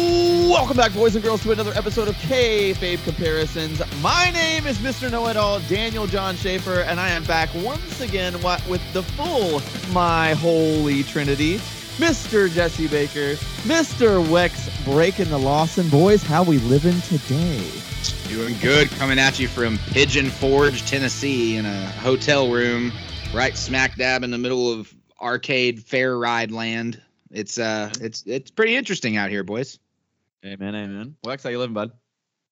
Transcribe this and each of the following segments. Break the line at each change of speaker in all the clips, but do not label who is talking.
Welcome back, boys and girls, to another episode of K-Fabe Comparisons. My name is Mr. Know-It-All, Daniel John Schaefer, and I am back once again wa- with the full My Holy Trinity, Mr. Jesse Baker, Mr. Wex breaking the Lawson. Boys, how we living today?
Doing good, coming at you from Pigeon Forge, Tennessee, in a hotel room, right smack dab in the middle of arcade fair ride land. It's uh, it's it's pretty interesting out here, boys.
Amen, amen. Wex, how you living, bud?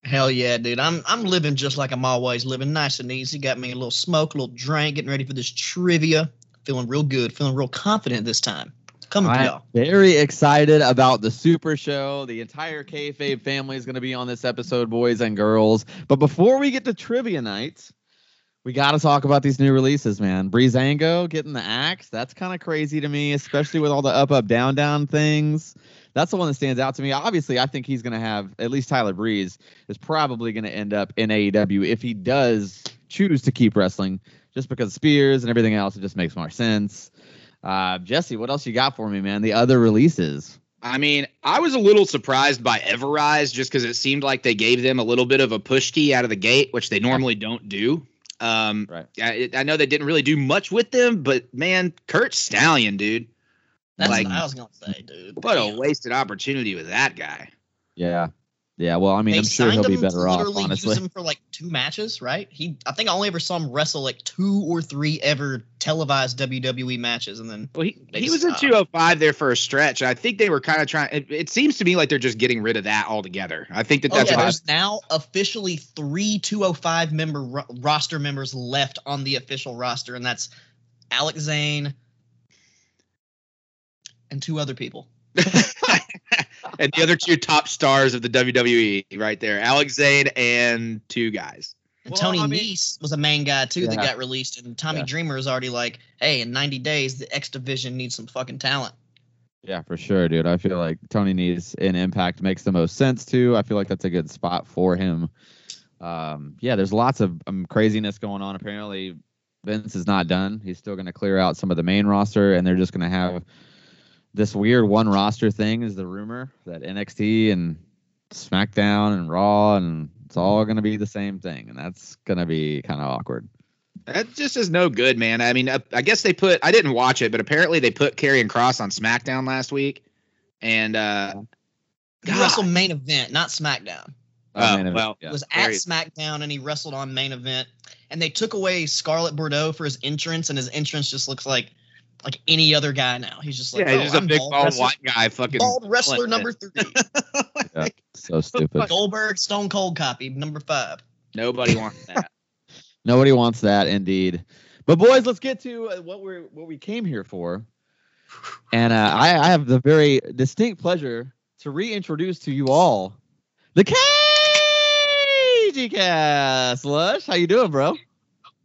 Hell yeah, dude. I'm I'm living just like I'm always living, nice and easy. Got me a little smoke, a little drink, getting ready for this trivia. Feeling real good, feeling real confident this time. Coming for
I'm
y'all.
Very excited about the Super Show. The entire Kayfabe family is going to be on this episode, boys and girls. But before we get to trivia night, we got to talk about these new releases, man. Breezango getting the axe. That's kind of crazy to me, especially with all the up, up, down, down things. That's the one that stands out to me. Obviously, I think he's going to have, at least Tyler Breeze is probably going to end up in AEW if he does choose to keep wrestling, just because Spears and everything else, it just makes more sense. Uh, Jesse, what else you got for me, man? The other releases.
I mean, I was a little surprised by Everrise just because it seemed like they gave them a little bit of a push key out of the gate, which they normally don't do. Um,
Right.
I, I know they didn't really do much with them, but man, Kurt Stallion, dude,
That's
like-
what I was gonna say, dude.
what a
Damn.
wasted opportunity with that guy.
Yeah. Yeah. Well, I mean,
They
I'm sure he'll
signed
be
him
better
to
off,
literally
honestly.
Use him for like two matches, right? He, I think I only ever saw him wrestle like two or three ever televised WWE matches, and then
Well, he,
They
he was in
suck.
205 there for a stretch. I think they were kind of trying. It, it seems to me like they're just getting rid of that altogether. I think that
oh
that's
yeah,
what I-
there's now officially three 205 member ro- roster members left on the official roster, and that's Alex Zane and two other people.
and the other two top stars of the WWE right there, Alex Zane and two guys.
And
Well,
Tony
I mean-
Nese was a main guy too that
Yeah.
got released, and Tommy
Yeah.
Dreamer is already like, hey, in 90 days the X division needs some fucking talent.
Yeah, for sure, dude. I feel like Tony needs an impact makes the most sense too. I feel like that's a good spot for him. Um, yeah, there's lots of um, craziness going on. Apparently, Vince is not done. He's still going to clear out some of the main roster, and they're just going to have this weird one roster thing. Is the rumor that NXT and SmackDown and Raw and it's all going to be the same thing, and that's going to be kind of awkward.
That just is no good, man. I mean, I, I guess they put. I didn't watch it, but apparently they put Karrion Cross on SmackDown last week, and uh,
He
God.
wrestled main event, not SmackDown.
Oh,
man,
well,
yeah.
It was at
Very-
SmackDown and he wrestled on main event. And they took away Scarlett Bordeaux for his entrance, and his entrance just looks like like any other guy now. He's just like,
yeah, he's
"Oh,
just a
I'm
big
bald
bald
wrestler-
white guy, fucking
bald wrestler
Flint.
number three.
so stupid.
Goldberg Stone Cold copy number five.
Nobody wants that.
Nobody wants that, indeed. But boys, let's get to uh, what we are what we came here for. And uh, I, I have the very distinct pleasure to reintroduce to you all the KG Cast. Lush, how you doing, bro?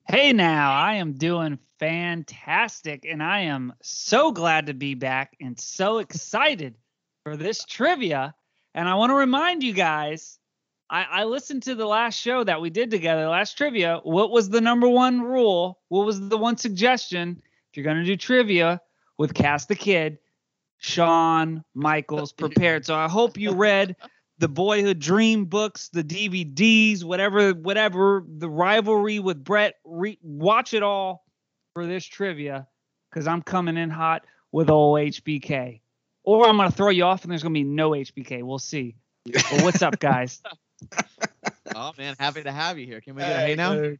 Hey now, I am doing fantastic and I am so glad to be back and so excited for this trivia. And I want to remind you guys, I, I listened to the last show that we did together, the last trivia. What was the number one rule? What was the one suggestion? If you're gonna do trivia with Cast the Kid, Sean Michaels prepared. So I hope you read the boyhood dream books, the DVDs, whatever, whatever, the rivalry with Brett. Re- watch it all for this trivia because I'm coming in hot with old HBK. Or I'm going to throw you off and there's going to be no HBK. We'll see. But what's up, guys?
Oh man, happy to have you here. Can we get a hey now?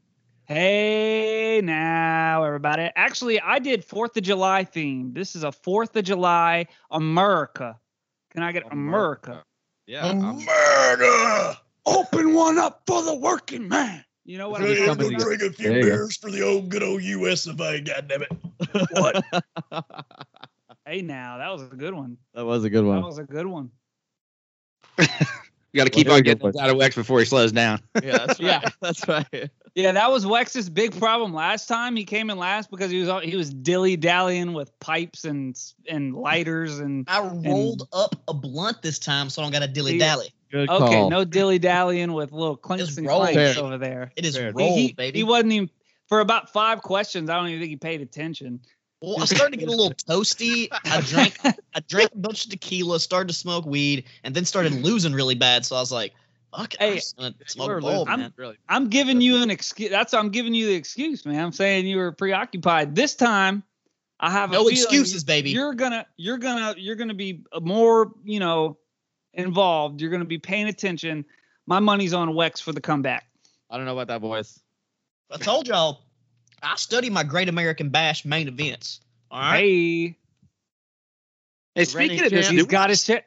Hey now, everybody. Actually, I did 4th of July theme. This is a 4th of July America. Can I get America?
Yeah. I'm-
Murder!
Open one up for the working man. You know what
There
I'm
you
talking
go.
about?
bring a few
There you go.
beers for the old good old US of A, goddammit. What?
Hey now, that was a good one.
that was a good
That
one.
was a good one.
You got to keep
Well,
on
there you
getting
go,
those out of Wex before he slows down.
Yeah, that's
Yeah.
right. that's right.
Yeah, that was Wex's big problem last time. He came in last because he was all- he was dilly dallying with pipes and s- and lighters and
I rolled up a blunt this time, so I don't got to dilly dally.
Good
okay,
call.
no dilly dallying with little clinks
Just
and
roll.
clanks
Fair.
over there.
It is
Fair.
rolled,
he,
baby.
he wasn't even for about five questions. I don't even think he paid attention.
Well, I started to get a little toasty. I drank I drank a bunch of tequila, started to smoke weed, and then started losing really bad. So I was like, fuck,
Hey,
I'm just gonna smoke a bowl,
losing.
man.
really.
I'm giving you an excuse. That's I'm giving you the excuse, man. I'm saying you were preoccupied. This time, I have a
No
feeling
excuses, baby.
You're gonna, you're gonna, you're gonna be more, you know, involved. You're gonna be paying attention. My money's on Wex for the comeback.
I don't know about that voice.
I told y'all, I study my Great American Bash main events. All right.
Hey,
Hey,
Ready,
speaking of this,
champ?
do
he's
we,
got his shit.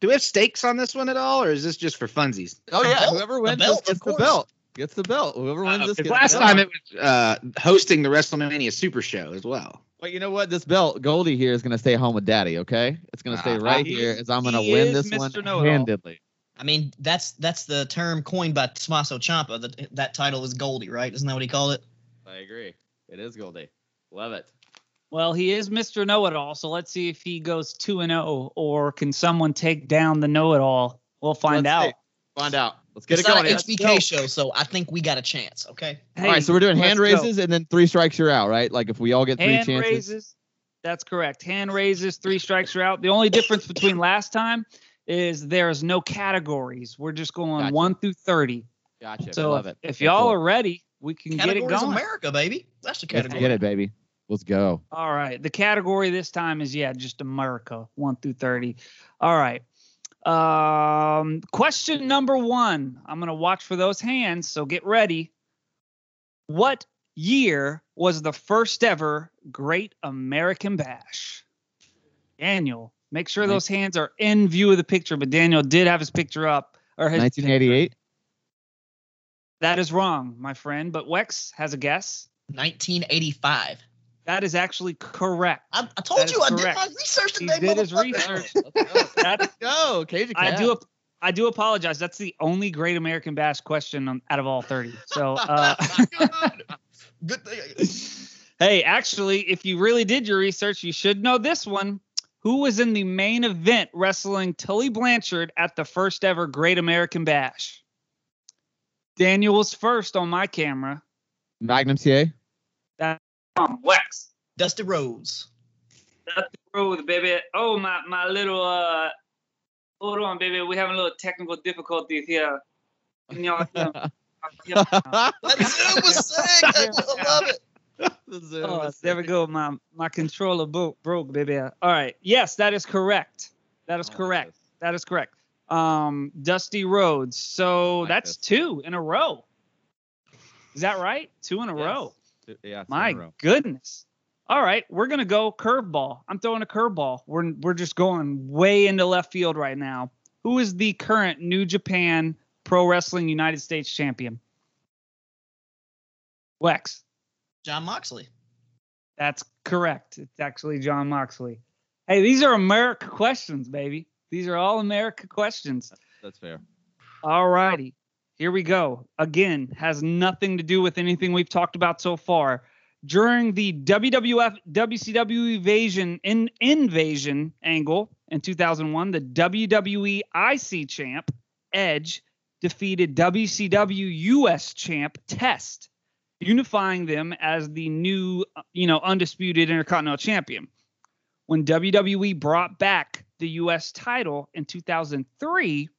do we have stakes on this one at all, or is this just for funsies?
Oh
The
yeah,
belt,
whoever
the
wins
belt,
this gets
of
the
course.
belt. Ah, Gets the belt. Whoever wins
Uh,
this
'cause
gets
last
the belt.
time it was uh, hosting the WrestleMania Super Show as well.
But you know what? This belt, Goldie here is gonna stay home with Daddy. Okay, it's gonna stay
Uh,
right
he-
here. As I'm gonna
he
win
is
this one
Mr. Know-it-all.
handedly.
I mean, that's that's the term coined by Tommaso Ciampa. That that title is Goldie, right? Isn't that what he called it?
I agree. It is Goldie. Love it.
Well, he is Mr. Know It All, so let's see if he goes two and zero, or can someone take down the Know It All? We'll find
Let's see.
out.
Find out. Let's get
it's
it
not
going.
an
Let's
HBK
go.
show, so I think we got a chance. Okay.
all right, so we're doing
Hey,
hand
let's go.
raises and then three strikes you're out, right? Like if we all get three
hand
chances.
raises. That's correct. Hand raises, three strikes are out. The only difference between last time is there's no categories. We're just going
Gotcha.
one through thirty.
Gotcha.
so
Love
if,
it.
if
Okay,
y'all
cool.
are ready, we can get it
Categories
going.
America, baby. That's the
let's
category.
get it, baby. Let's go.
All right. The category this time is yeah, just America, one through thirty. All right. Um, question number one. I'm gonna watch for those hands, so get ready. What year was the first ever Great American Bash? Daniel, make sure those hands are in view of the picture, but Daniel did have his picture up or his
1988.
That is wrong, my friend. But Wex has a guess.
1985.
That is actually correct.
I, I
That
told
is
you I did
correct.
my research
He
today,
did his
motherfucker.
research.
Let's go.
That
Go, Cage of
I
Cat.
do. ap- I do apologize. That's the only Great American Bash question on, out of all thirty. So,
Oh,
uh,
Good thing.
hey, actually, if you really did your research, you should know this one. Who was in the main event wrestling Tully Blanchard at the first ever Great American Bash? Daniel was first on my camera.
Magnum TA.
Um, Wex.
Dusty Rhodes.
Road, baby. Oh, my, my little, uh, hold on, baby. We're having a little technical difficulties here.
That Zoom was sick. I love it.
Oh, there we go. My my controller broke, broke, baby. All right. Yes, that is correct. That
Oh,
is correct. That is correct. Um, Dusty Rhodes. So
like
that's
this.
two in a row. Is that right? Two in a
Yes.
row.
Yeah. it's
My
in a row.
goodness. All right, we're gonna go curveball. I'm throwing a curveball. We're we're just going way into left field right now. Who is the current New Japan Pro Wrestling United States champion? Wex.
John Moxley.
That's correct. It's actually John Moxley. Hey, these are America questions, baby. These are all America questions.
That's fair.
All righty. Here we go. Again, has nothing to do with anything we've talked about so far. During the WWF WCW evasion in invasion angle in 2001, the WWE IC champ Edge defeated WCW US champ Test, unifying them as the new, uh, you know, undisputed Intercontinental champion. When WWE brought back the US title in 2003,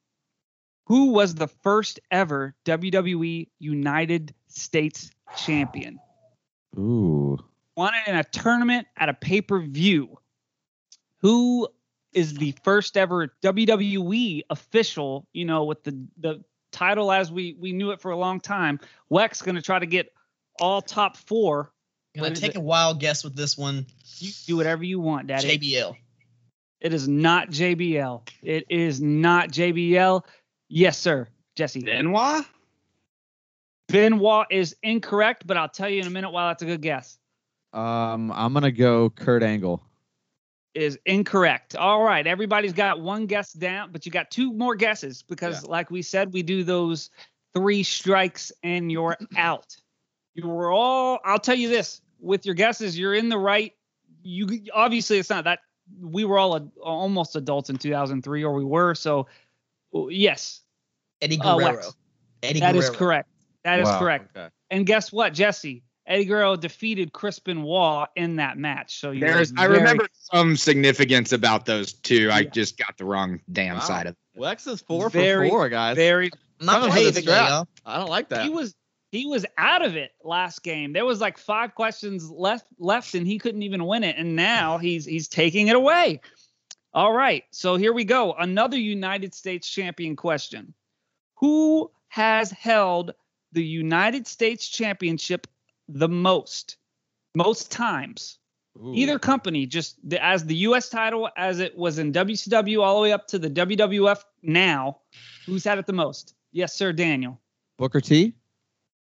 who was the first ever WWE United States champion?
Ooh.
Won it in a tournament at a pay per view. Who is the first ever WWE official? You know, with the the title as we we knew it for a long time. Wex gonna try to get all top four.
Gonna
What is
take
it?
a wild guess with this one.
You do whatever you want, Daddy.
JBL.
It is not JBL. It is not JBL. Yes, sir, Jesse.
Benoit?
Benoit is incorrect, but I'll tell you in a minute why that's a good guess.
Um, I'm gonna go Kurt Angle.
Is incorrect. All right. Everybody's got one guess down, but you got two more guesses because, like we said, we do those three strikes and you're out. You were all, I'll tell you this with your guesses, you're in the right. You obviously, it's not that we were all a, almost adults in 2003, or we were. So, yes,
Eddie
Uh,
Guerrero.
Lex.
Eddie
that is
Guerrero.
correct. That is
Wow.
correct.
Okay.
And guess what, Jesse? Eddie Guerrero defeated Crispin Wall in that match. So you
There's,
were
I
very-
remember some significance about those two. I
Yeah.
just got the wrong damn
Wow.
side of it.
Lex is four
Very,
for four, guys.
very
I don't
Not
hate
playing
the
the
strap.
y'all.
I don't like that.
he was he was out of it last game. There was like five questions left left and he couldn't even win it. And now he's he's taking it away. All right. So here we go. Another United States champion question. Who has held the United States championship the most? Most times.
Ooh.
Hmm.
Either company just the, as the US title as it was in WCW all the way up to the WWF now, who's had it the most? Yes, sir, Daniel.
Booker T.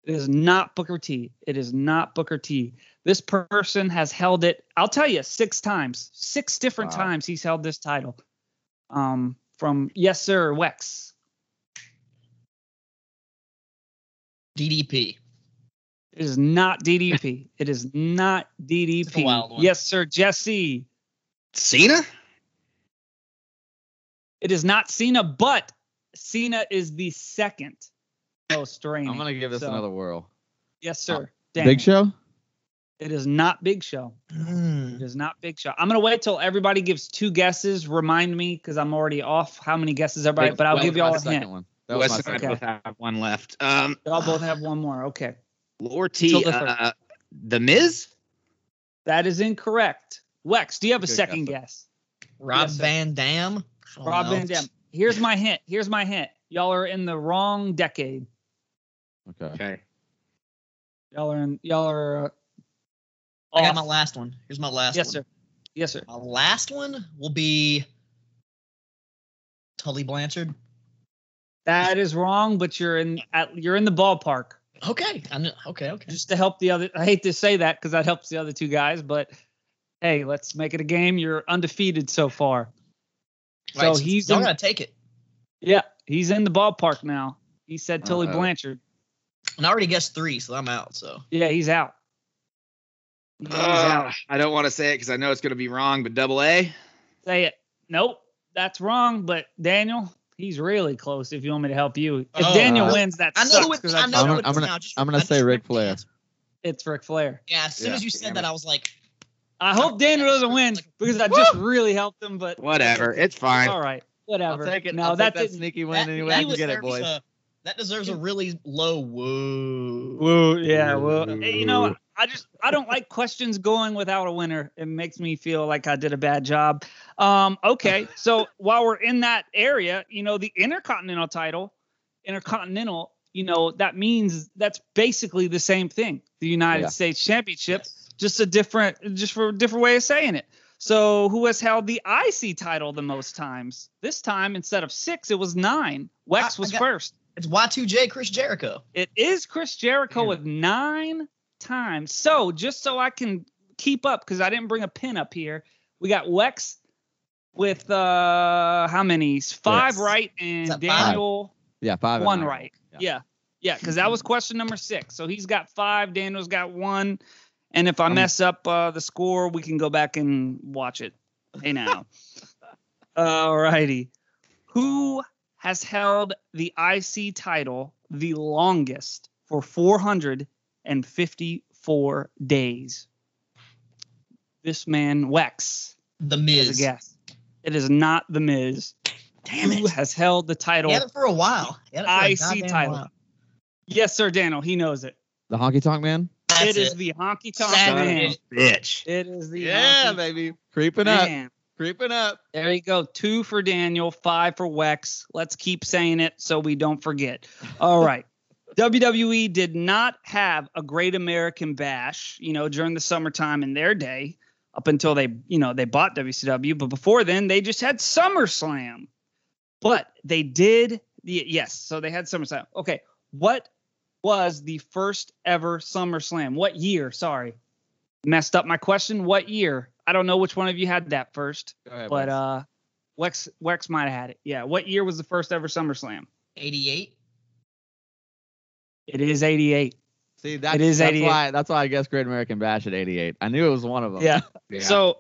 It is not Booker T. It is not Booker T. This person has held it, I'll tell you, six times, six different
Wow.
times he's held this title. Um, from yes, sir, Wex.
DDP.
It is not DDP. It is not DDP.
It's a wild one.
Yes, sir, Jesse.
Cena?
It is not Cena, but Cena is the second most reigning.
I'm gonna give this
So,
another whirl.
Yes, sir. Daniel.
Big Show.
It is not Big Show.
Hmm.
It is not Big Show. I'm gonna wait till everybody gives two guesses. Remind me because I'm already off how many guesses everybody.
Big-
but I'll
that
give
was
y'all
my
a
second
hint.
one. That was
Wes
my
and I
second.
second.
both have one left. Um,
Y'all both have one more. Okay, Till
Lorty,
the third.
uh, The Miz?
that is incorrect. Wex, do you have a
Good
second
guess.
guess?
Rob
Yes, sir.
Van Dam.
Oh,
I don't
Rob
know.
Van Dam. Here's my hint. Here's my hint. Y'all are in the wrong decade.
Okay.
Okay.
Y'all are in. Y'all are. Uh,
I got
off.
my last one. Here's my last
yes,
one.
sir. Yes, sir.
My last one will be Tully Blanchard.
That is wrong, but you're in. At, you're in the ballpark.
Okay. I know. Okay. Okay.
just to help the other. I hate to say that because that helps the other two guys, but hey, let's make it a game. You're undefeated so far. So
Right,
he's
y'all
in-
gotta take it.
Yeah, he's in the ballpark now. He said Tully
Uh-oh.
Blanchard.
And I already guessed three, so I'm out. So
Yeah, he's out. He's
Uh,
out.
I don't want to say it because I know it's going to be wrong, but double A?
Say it. Nope, that's wrong. But Daniel, he's really close. If you want me to help you, if
Oh,
Daniel
uh,
wins, that
I know
sucks
it.
'cause
I
that's-
know
I'm
it
gonna- I'm
now,
gonna-
just-
I'm gonna
I just
say Ric
remembered
Flair.
the answer.
it's Ric Flair.
Yeah. As soon
Yeah,
as you said
damn
that,
it.
I was like,
I hope Daniel doesn't win because I just really helped him. But
Whatever. It's fine.
all right,
I'll
whatever.
take it.
No,
I'll
that
take that
didn't-
sneaky win
that,
anyway.
that
I can get it,
deserves
boys.
a- that deserves a really low woo.
Woo, yeah, well, eh,
Woo.
you know, I just I don't like questions going without a winner. It makes me feel like I did a bad job. Um, okay, so while we're in that area, you know, the Intercontinental title, Intercontinental, you know, that means that's basically the same thing. The United
Yeah.
States Championship,
Yes.
just a different, just for a different way of saying it. So, who has held the IC title the most times? This time, instead of six, it was nine. Wex
I- I
was
got-
first.
It's Y2J Chris Jericho.
It is Chris Jericho
Damn.
with nine times. So just so I can keep up, because I didn't bring a pin up here, we got Wex with uh how many? Five
Yes.
right
Is
and
that five?
Daniel
Yeah, five. and
one
nine.
right.
Yeah.
Yeah. Yeah, because that was question number six. So he's got five, Daniel's got one. And if I
Um,
mess up uh, the score, we can go back and watch it. Hey now. All righty. Who has held the IC title the longest for 454 days? This man, Wex,
The
is a
Miz.
guess. It is not The Miz.
Damn
Who
it.
has held the
He
title?
had it for a while. He had it for a
IC
goddamn
title.
while.
Yes, sir, Daniel. He knows it.
The Honky Tonk Man.
That's
it is
it.
the honky tonk
Sad
man.
bitch.
Bitch.
It is the
Yeah,
honky
baby. Creeping up.
man.
Creeping up.
There you go. Two for Daniel, five for Wex. Let's keep saying it so we don't forget. All right. WWE did not have a great American bash, you know, during the summertime in their day, up until they, you know, they bought WCW. But before then, they just had SummerSlam. But they did, the, yes. So they had SummerSlam. Okay. What was the first ever SummerSlam? What year? Sorry. Messed up my question. What year? I don't know which one of you had that first.
Go ahead,
But
boys.
uh, Wex Wex might have had it. Yeah. What year was the first ever SummerSlam?
88.
It is '88.
see, that's,
is
that's
88.
why. That's why I guess Great American Bash at 88. I knew it was one of them.
So,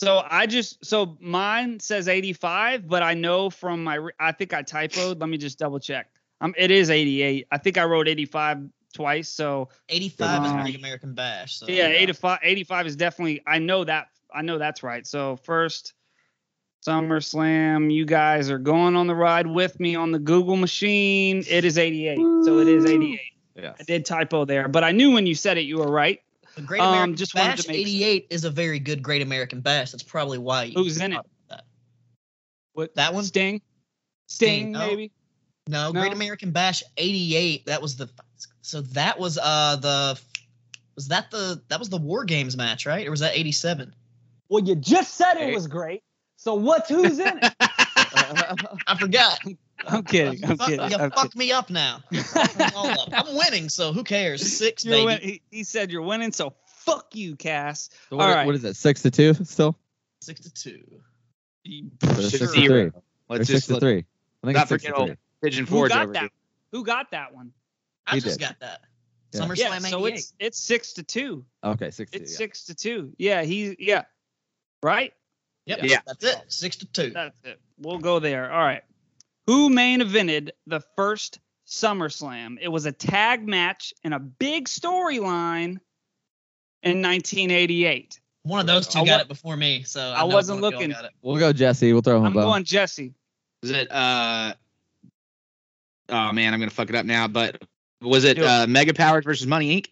so I just so mine says 85, but I know from my re- I think I typoed. Let me just double check. Um, it is 88. I think I wrote 85 twice. So
85 is
Um,
the American Bash. So
yeah, 85, 85 is definitely. I know that. I know that's right. So first SummerSlam, you guys are going on the ride with me on the Google machine. It is 88. So it is 88.
Yeah.
I did typo there, but I knew when you said it, you were right.
The Great
Um,
American
just wanted to
Bash
make-
88 is a very good Great American Bash. That's probably why. you-
Who's in it? What
That one?
Sting? Sting,
no.
maybe.
No,
No.
Great American Bash 88. That was the So that was uh the was that the that was the War Games match, right? Or was that 87?
Well, you just said
it was
great. So what's who's in it?
I forgot.
I'm kidding. I'm
Fuck-
kidding.
you
I'm
fucked me up now. Fucked me all up. I'm winning, so who cares? Six,
kidding. You're
baby.
win- he, he said you're winning, so fuck you, Cass.
So
All
what,
right.
what is it? Six to two still?
Six to two.
Or is it six
Six to
to
zero.
three. Or
Let's
six
just
to
let
three. I think
not
it's six to
forget all-
three.
Pigeon
Who
Forge
got
over
that?
here.
Who got that one?
I
He
just
did.
got that.
Yeah.
SummerSlam
yeah, so
88.
it's it's six to two.
Okay, six to
It's
yeah.
six to two. Yeah, he yeah. Right?
Yep,
Yeah.
that's it. Six to two.
That's it. We'll go there. All right. Who main evented the first SummerSlam? It was a tag match and a big storyline in 1988.
One of those two
I
got
wa-
it before me, so
I
know
wasn't
one of y'all
looking.
got it.
We'll go Jesse. We'll throw him a
I'm
bone.
going Jesse.
Was it uh Oh man, I'm gonna fuck it up now, but was it
Do it.
uh Mega Powers versus Money Inc?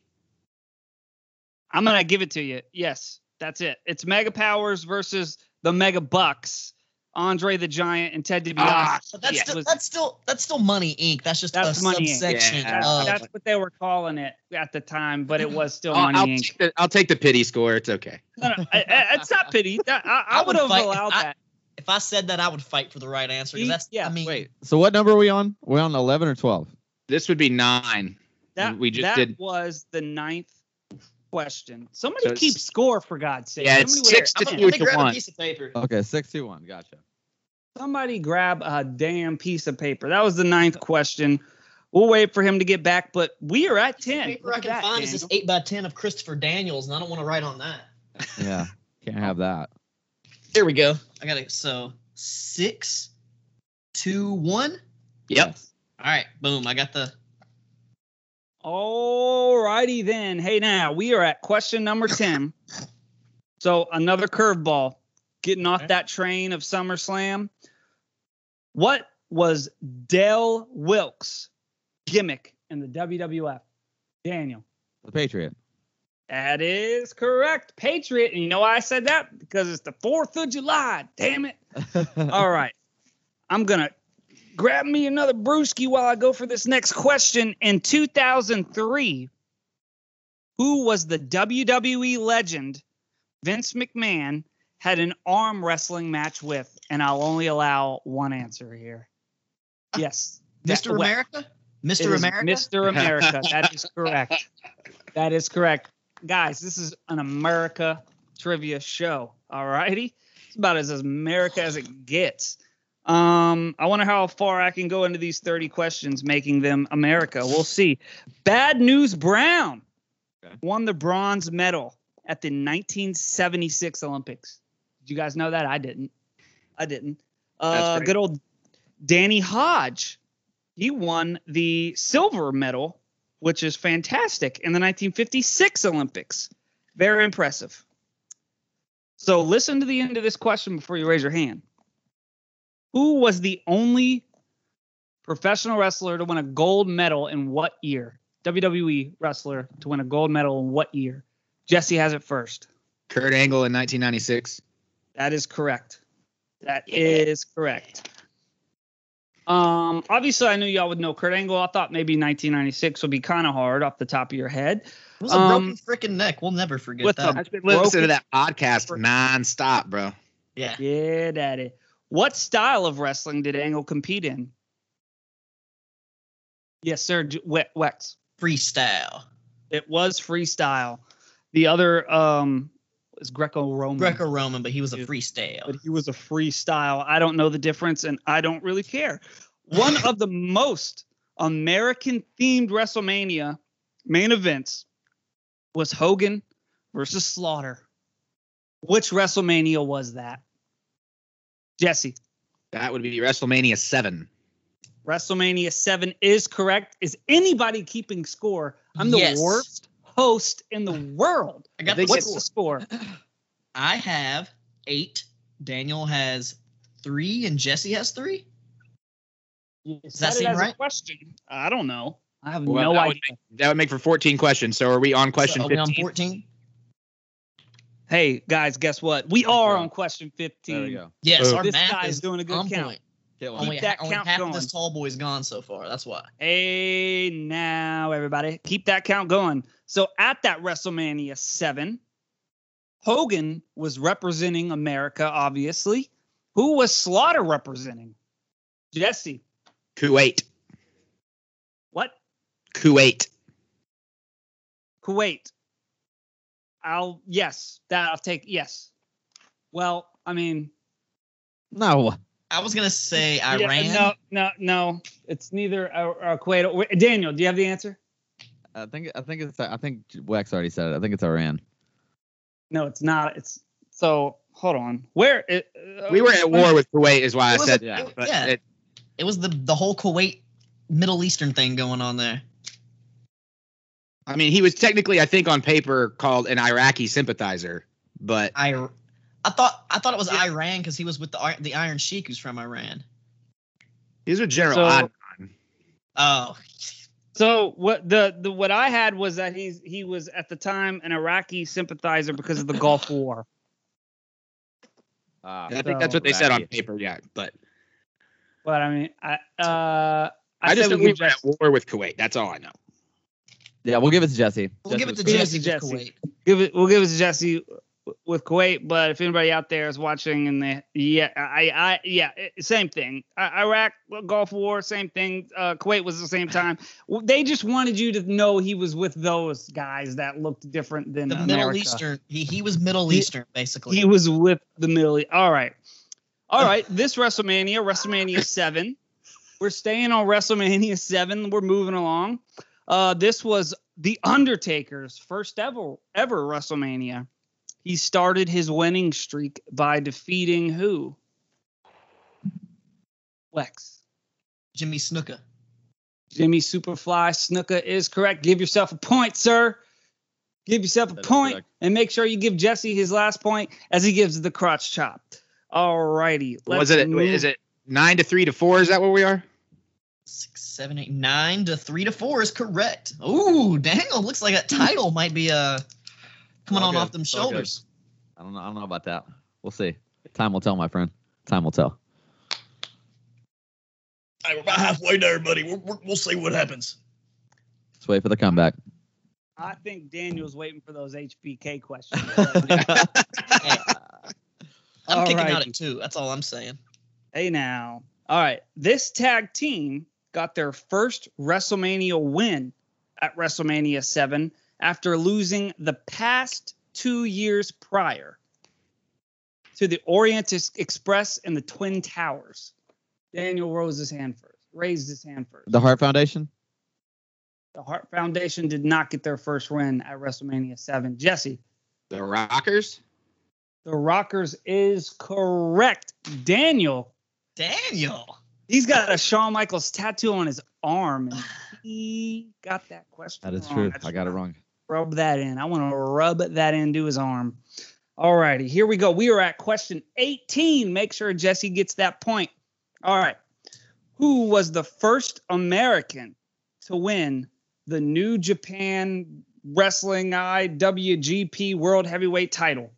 I'm gonna give it to you. Yes, that's it. It's Mega Powers versus the Mega Bucks, Andre the Giant and Ted DiBiase.
Ah,
But that's
Yeah.
still
Was-
that's still that's still Money Inc. That's just
That's
a
Money, Inc.
subsection
Yeah.
That's,
of
that's what they were calling it at the time, but it was still
I'll,
Oh,
I'll
Oh, Money Inc.
take the, I'll take the pity score. It's okay.
No, no, I- I- it's not pity. That- I,
I
I, would
would
have
fight-
allowed
I-
that.
if I said that I would fight for the right answer. 'cause
He-
That's
E yeah.
I mean
Wait. So what number are we on? We're on eleven or twelve.
This would be nine.
That
we just
that
did-
was the ninth question. Somebody
So it's-
keep score for God's sake.
Yeah, it's
somebody,
six
I'm
to
gonna-
two
let me
to
grab
one.
a piece of paper.
Okay, six to one. Gotcha.
somebody grab a damn piece of paper. That was the ninth question. We'll wait for him to get back, but we are at
The
ten.
paper
Look
I
at
can
that,
find is this
Daniel.
eight by ten of Christopher Daniels, and I don't want to write on that.
Yeah. Can't have that.
Here we go. I got it. So six, two, one.
Yep.
All right, boom. I got the
All righty then. Hey, now we are at question number 10. So another curveball getting off
Okay.
that train of SummerSlam. What was Dell Wilkes' gimmick in the WWF? Daniel.
The Patriot.
That is correct. Patriot. And you know why I said that? Because it's the 4th of July. Damn it. All right. I'm going to grab me another brewski while I go for this next question. In 2003, who was the WWE legend Vince McMahon had an arm wrestling match with? And I'll only allow one answer here. Yes.
Mr.
That- well,
America.
it
Mr.
is
America.
Mr. America. That is correct. That is correct. Guys, this is an America trivia show. All righty. It's about as, as America as it gets. Um, I wonder how far I can go into these 30 questions, making them America. We'll see. Bad News Brown
Okay.
won the bronze medal at the 1976 Olympics. Did you guys know that? I didn't. I didn't. Uh,
great.
good old Danny Hodge. He won the silver medal, which is fantastic, in the 1956 Olympics. Very impressive. So listen to the end of this question before you raise your hand. Who was the only professional wrestler to win a gold medal in what year? WWE E wrestler to win a gold medal in what year? Jesse has it first.
Kurt Angle in 1996.
That is correct. That is correct. Um, obviously, I knew y'all would know Kurt Angle. I thought maybe 1996 would be kind of hard off the top of your head.
It was a
Um,
broken freaking neck. We'll never forget
with
that.
a-
I've been
Broken-
listening to that podcast nonstop, bro.
yeah.
Yeah, daddy. What style of wrestling did Angle compete in? Yes, sir. J- We- Wex.
Freestyle.
It was freestyle. The other um was Greco-Roman.
Greco Roman, but he was a
Yeah.
freestyle.
but he was a freestyle. I don't know the difference, and I don't really care. One of the most American themed WrestleMania main events was Hogan versus Slaughter. Which WrestleMania was that? Jesse,
That would be WrestleMania seven.
WrestleMania 7 is correct. Is anybody keeping score? I'm the
Yes.
worst host in the world.
I got
I think
the
What's
score.
the score?
I have eight. Daniel has three, and Jesse has three.
Does
that seem right?
question. I don't know. I have
Well,
no
that
idea.
would That would make for 14 questions. So are we on question
so are we
15?
on fourteen?
Hey guys, guess what? We are
go.
on question 15.
There we go.
Yes,
Oh.
our
This
math
guy is
is
doing a good
on
count.
point.
Killing
Only,
it.
that
only
count
half
going.
of this tall boy's gone so far. That's why.
Hey, now everybody, keep that count going. So at that WrestleMania 7, Hogan was representing America, obviously. Who was Slaughter representing? Jesse.
Kuwait.
What?
Kuwait.
Kuwait. I'll yes, that I'll take yes. Well, I mean,
No.
I was gonna say
yeah,
Iran.
no, no, no. It's neither uh, uh, Kuwait or Daniel. Do you have the answer?
I think I think it's I think Wex already said it. I think it's Iran.
No, it's not. It's so. Hold on. Where? It, uh,
We were at war with Kuwait, is why I
It was
said
a-
that.
it-
But
yeah.
it-
It was the the whole Kuwait Middle Eastern thing going on there.
I mean, he was technically, I think, on paper called an Iraqi sympathizer, but
I I thought I thought it was
Yeah.
Iran because he was with the Ir- the Iron Sheik who's from Iran.
he's a general.
So-
Ad-
Oh,
So what the, the what I had was that he's he was at the time an Iraqi sympathizer because of the Gulf War.
Ah,
uh,
I think that's what they said on paper, yeah. But
But I mean, I uh,
I, just
said
know we
we could
were at
just
war with Kuwait. That's all I know.
Yeah, we'll give it to Jesse.
we'll give it to
Jesse.
Jesse. with
Jesse.
Kuwait.
give it. We'll give it to Jesse with Kuwait. But if anybody out there is watching and they yeah I I yeah it- same thing I, Iraq Gulf War same thing uh, Kuwait was the same time. W- They just wanted you to know he was with those guys that looked different than
The
America.
Middle Eastern. He he was Middle
He-
Eastern basically.
He was with the Middle East. All right. All right. This WrestleMania, WrestleMania 7. We're staying on WrestleMania 7. We're moving along. Uh, this was The Undertaker's first ever ever WrestleMania. He started his winning streak by defeating who? Lex.
Jimmy Snuka.
Jimmy Superfly Snuka is correct. Give yourself a point, sir. Give yourself a
That is
point
correct.
and make sure you give Jesse his last point as he gives the crotch chop. All righty.
was it? Wait, is it nine to three to four? Is that where we are?
Six, seven, eight, nine to three to four is correct. Ooh, Daniel looks like that title might be uh coming
All
on
good.
off them
It's all good.
shoulders.
I don't know. I don't know about that. We'll see. Time will tell, my friend. Time will tell.
Hey, we're about halfway there, buddy. We're, we're, we'll see what happens.
Let's wait for the comeback.
I think Daniel's waiting for those HBK questions.
I'm
All
kicking out
righty.
at two. That's all I'm saying.
hey now. All right. This tag team got their first WrestleMania win at WrestleMania 7 after losing the past two years prior to the Orient Ex- Express and the Twin Towers. Daniel rose his hand first, raised his hand first.
the Heart Foundation.
The Hart Foundation did not get their first win at WrestleMania 7. Jesse,
The Rockers.
the Rockers is correct. Daniel,
Daniel.
he's got a Shawn Michaels tattoo on his arm, and he got that question.
That is
wrong.
true.
just
I got it
wanna
wrong.
Rub that in. I want to rub that into his arm. All righty, here we go. We are at question 18. Make sure Jesse gets that point. All right. Who was the first American to win the New Japan Wrestling IWGP World Heavyweight title?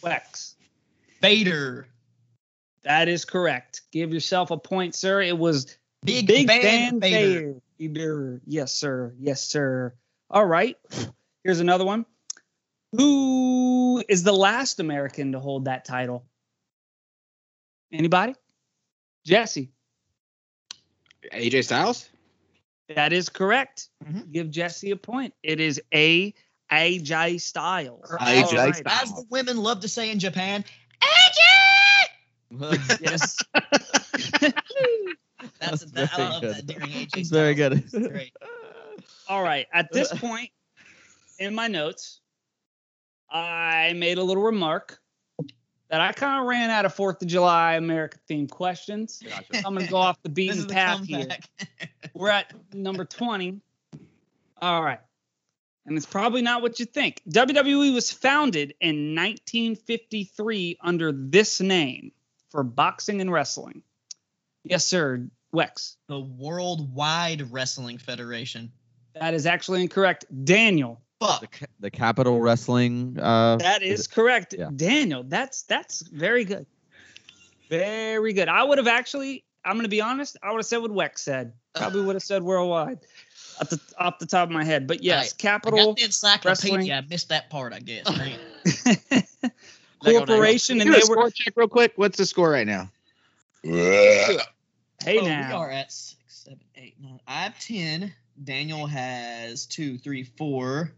Wex.
Vader.
That is correct. Give yourself a point, sir. It was
Big,
Big
Van,
Van
Vader.
Vader. Yes, sir. Yes, sir. All right. Here's another one. Who is the last American to hold that title? Anybody? Jesse.
AJ Styles.
That is correct.
Mhm.
Give Jesse a point. It is A AJ Styles.
Or
AJ
as-
Styles.
As the women love to say in Japan, AJ.
Yes.
That's,
That's
that, I
very
love
good.
that during AJ.
It's very
Styles.
good.
It's great.
All right. At this point in my notes, I made a little remark that I kind of ran out of Fourth of July America themed questions.
Gotcha.
I'm gonna go off the
This
beaten
is the
path here.
comeback.
We're at number 20. All right. And it's probably not what you think. WWE was founded in 1953 under this name for boxing and wrestling. Yes, sir. Wex.
the Worldwide Wrestling Federation.
That is actually incorrect. Daniel.
The,
Fuck.
ca- the Capital Wrestling. Uh,
That is correct.
Yeah.
Daniel, that's that's very good. Very good. I would have actually, I'm gonna be honest, I would have said what Wex said. Probably would have said worldwide off the off the top of my head. But yes,
Right. I
capital
got the encyclopedia.
wrestling-
I missed that part, I guess. Man.
corporation and
Do a
they
score
were
check real quick. What's the score right now?
hey
Oh, We
now
are at six, seven, eight, nine. I have ten. Daniel has two, three, four.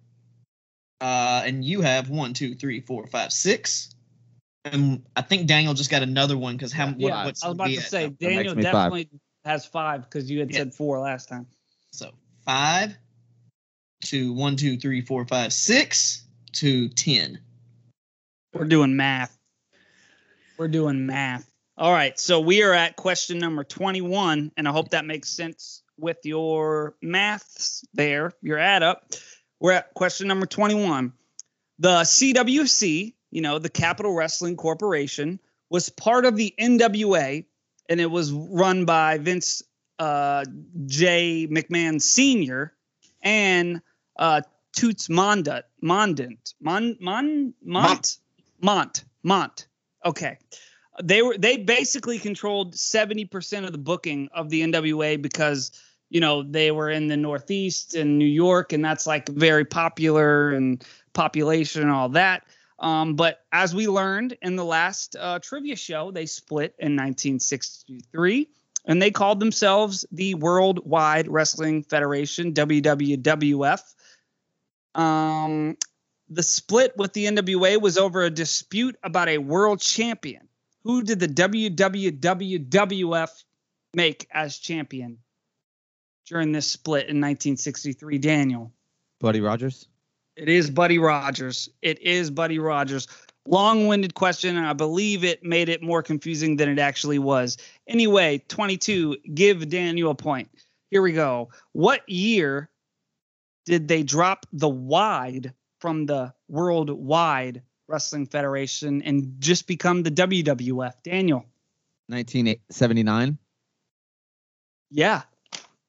Uh, and you have one, two, three, four, five, six. And I think Daniel just got another one because how? what,
yeah,
what's
i
it
was about
be
to
at?
say
makes
daniel
me five.
definitely has five because you had
Yeah.
said four last time
So five to one, two, three, four, five, six to ten.
we're doing math we're doing math all right so we are at question number 21 and i hope that makes sense with your maths there your add up we're at question number 21 the cwc you know the capital wrestling corporation was part of the nwa and it was run by vince uh, J. McMahon Sr. and uh, Toots Mondut, Mondant, Mon, Mon, Mont, Mont, Mont. Okay, they were they basically controlled seventy percent of the booking of the NWA because you know they were in the Northeast and New York, and that's like very popular and population and all that. Um, but as we learned in the last uh, trivia show, they split in 1963 and they called themselves the Worldwide Wrestling Federation (WWWF). Um, the split with the NWA was over a dispute about a world champion. Who did the WWWF make as champion during this split in 1963? Daniel.
Buddy Rogers.
It is Buddy Rogers. It is Buddy Rogers. Long winded question, and I believe it made it more confusing than it actually was. Anyway, 22, give Daniel a point. Here we go. What year did they drop the wide from the Worldwide Wrestling Federation and just become the WWF? Daniel.
1979.
Yeah.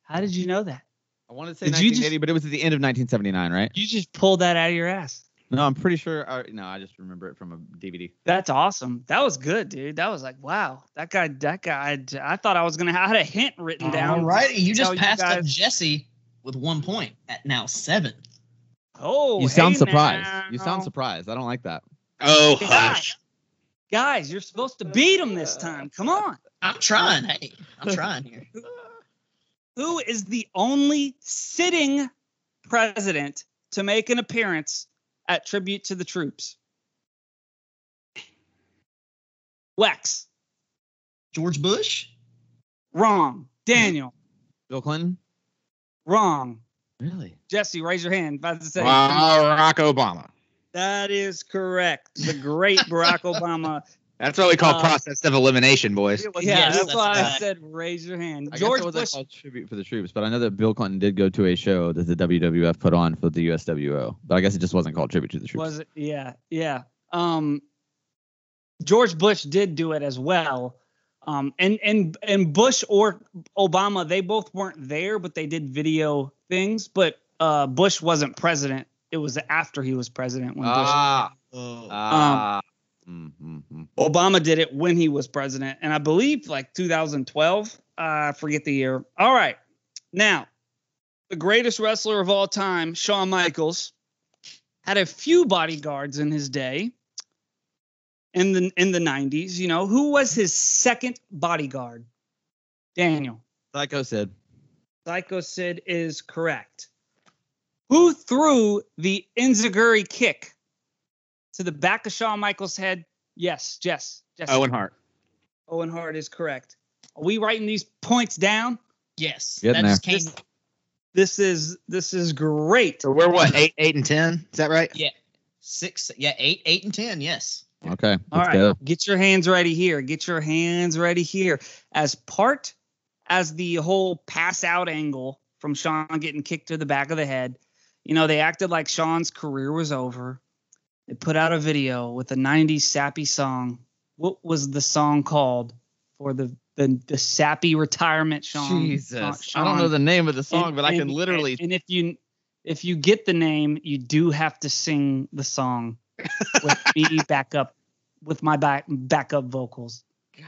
How did you know that?
I wanted to say
Did you just-
1980, but it was at the end of 1979, right?
You just pulled that out of your ass.
No, I'm pretty sure. I, no, I just remember it from a DVD.
That's awesome. That was good, dude. That was like, wow, that guy, that guy. I, I thought I was gonna. I had a hint written down.
All righty, you just
Tell you
passed up
guys-
Jesse with one point at now seven.
Oh,
you sound
hey
surprised.
now.
You sound surprised. I don't like that.
Oh,
Yeah.
hush.
Guys, you're supposed to beat him this time. Come on.
I'm trying. Hey, I'm trying here.
Who is the only sitting president to make an appearance at tribute to the troops? Wex,
George Bush.
wrong. Daniel,
Bill Clinton.
wrong.
Really?
Jesse, raise your hand. About to say.
Barack Obama.
That is correct. The great Barack Obama.
That's what we call
Uh,
process of elimination, boys.
Yeah,
Yes,
that's
that's
why I
right.
said raise your hand.
I
George
guess it
Bush.
wasn't called tribute for the troops, but I know that Bill Clinton did go to a show that the WWF put on for the USWO. But I guess it just wasn't called tribute to the troops.
Was it? Yeah, yeah. Um, George Bush did do it as well. Um, and and and Bush or Obama, they both weren't there, but they did video things. But uh, Bush wasn't president. It was after he was president when Bush. Um,
Ah,
Oh,
ah. Mm, mm, mm.
Obama did it when he was president, and I believe like 2012. Uh, I forget the year. All right, now the greatest wrestler of all time, Shawn Michaels, had a few bodyguards in his day. In the in the 90s, you know, who was his second bodyguard? Daniel.
Psycho said.
Psycho Sid is correct. Who threw the Enziguri kick to the back of Shawn Michaels' head? Yes, Jess. Jess.
Owen Hart.
Owen Hart is correct. Are we writing these points down?
yes.
Getting
that
there.
just came.
This- This is this is great.
So we're what eight, eight, and ten? Is that right?
Six. Yeah, eight, eight, and ten. Yes.
Okay. Let's
All right.
go.
Get your hands ready here. Get your hands ready here. As part as the whole pass out angle from Sean getting kicked to the back of the head, you know, they acted like Sean's career was over. They put out a video with a 90s sappy song. What was the song called for the the, the sappy retirement Sean?
Jesus.
Sean-
I don't know the name of the
and-
song, but I can
and-
literally
And, and if you if you get the name, you do have to sing the song with me back up with my back backup vocals.
God.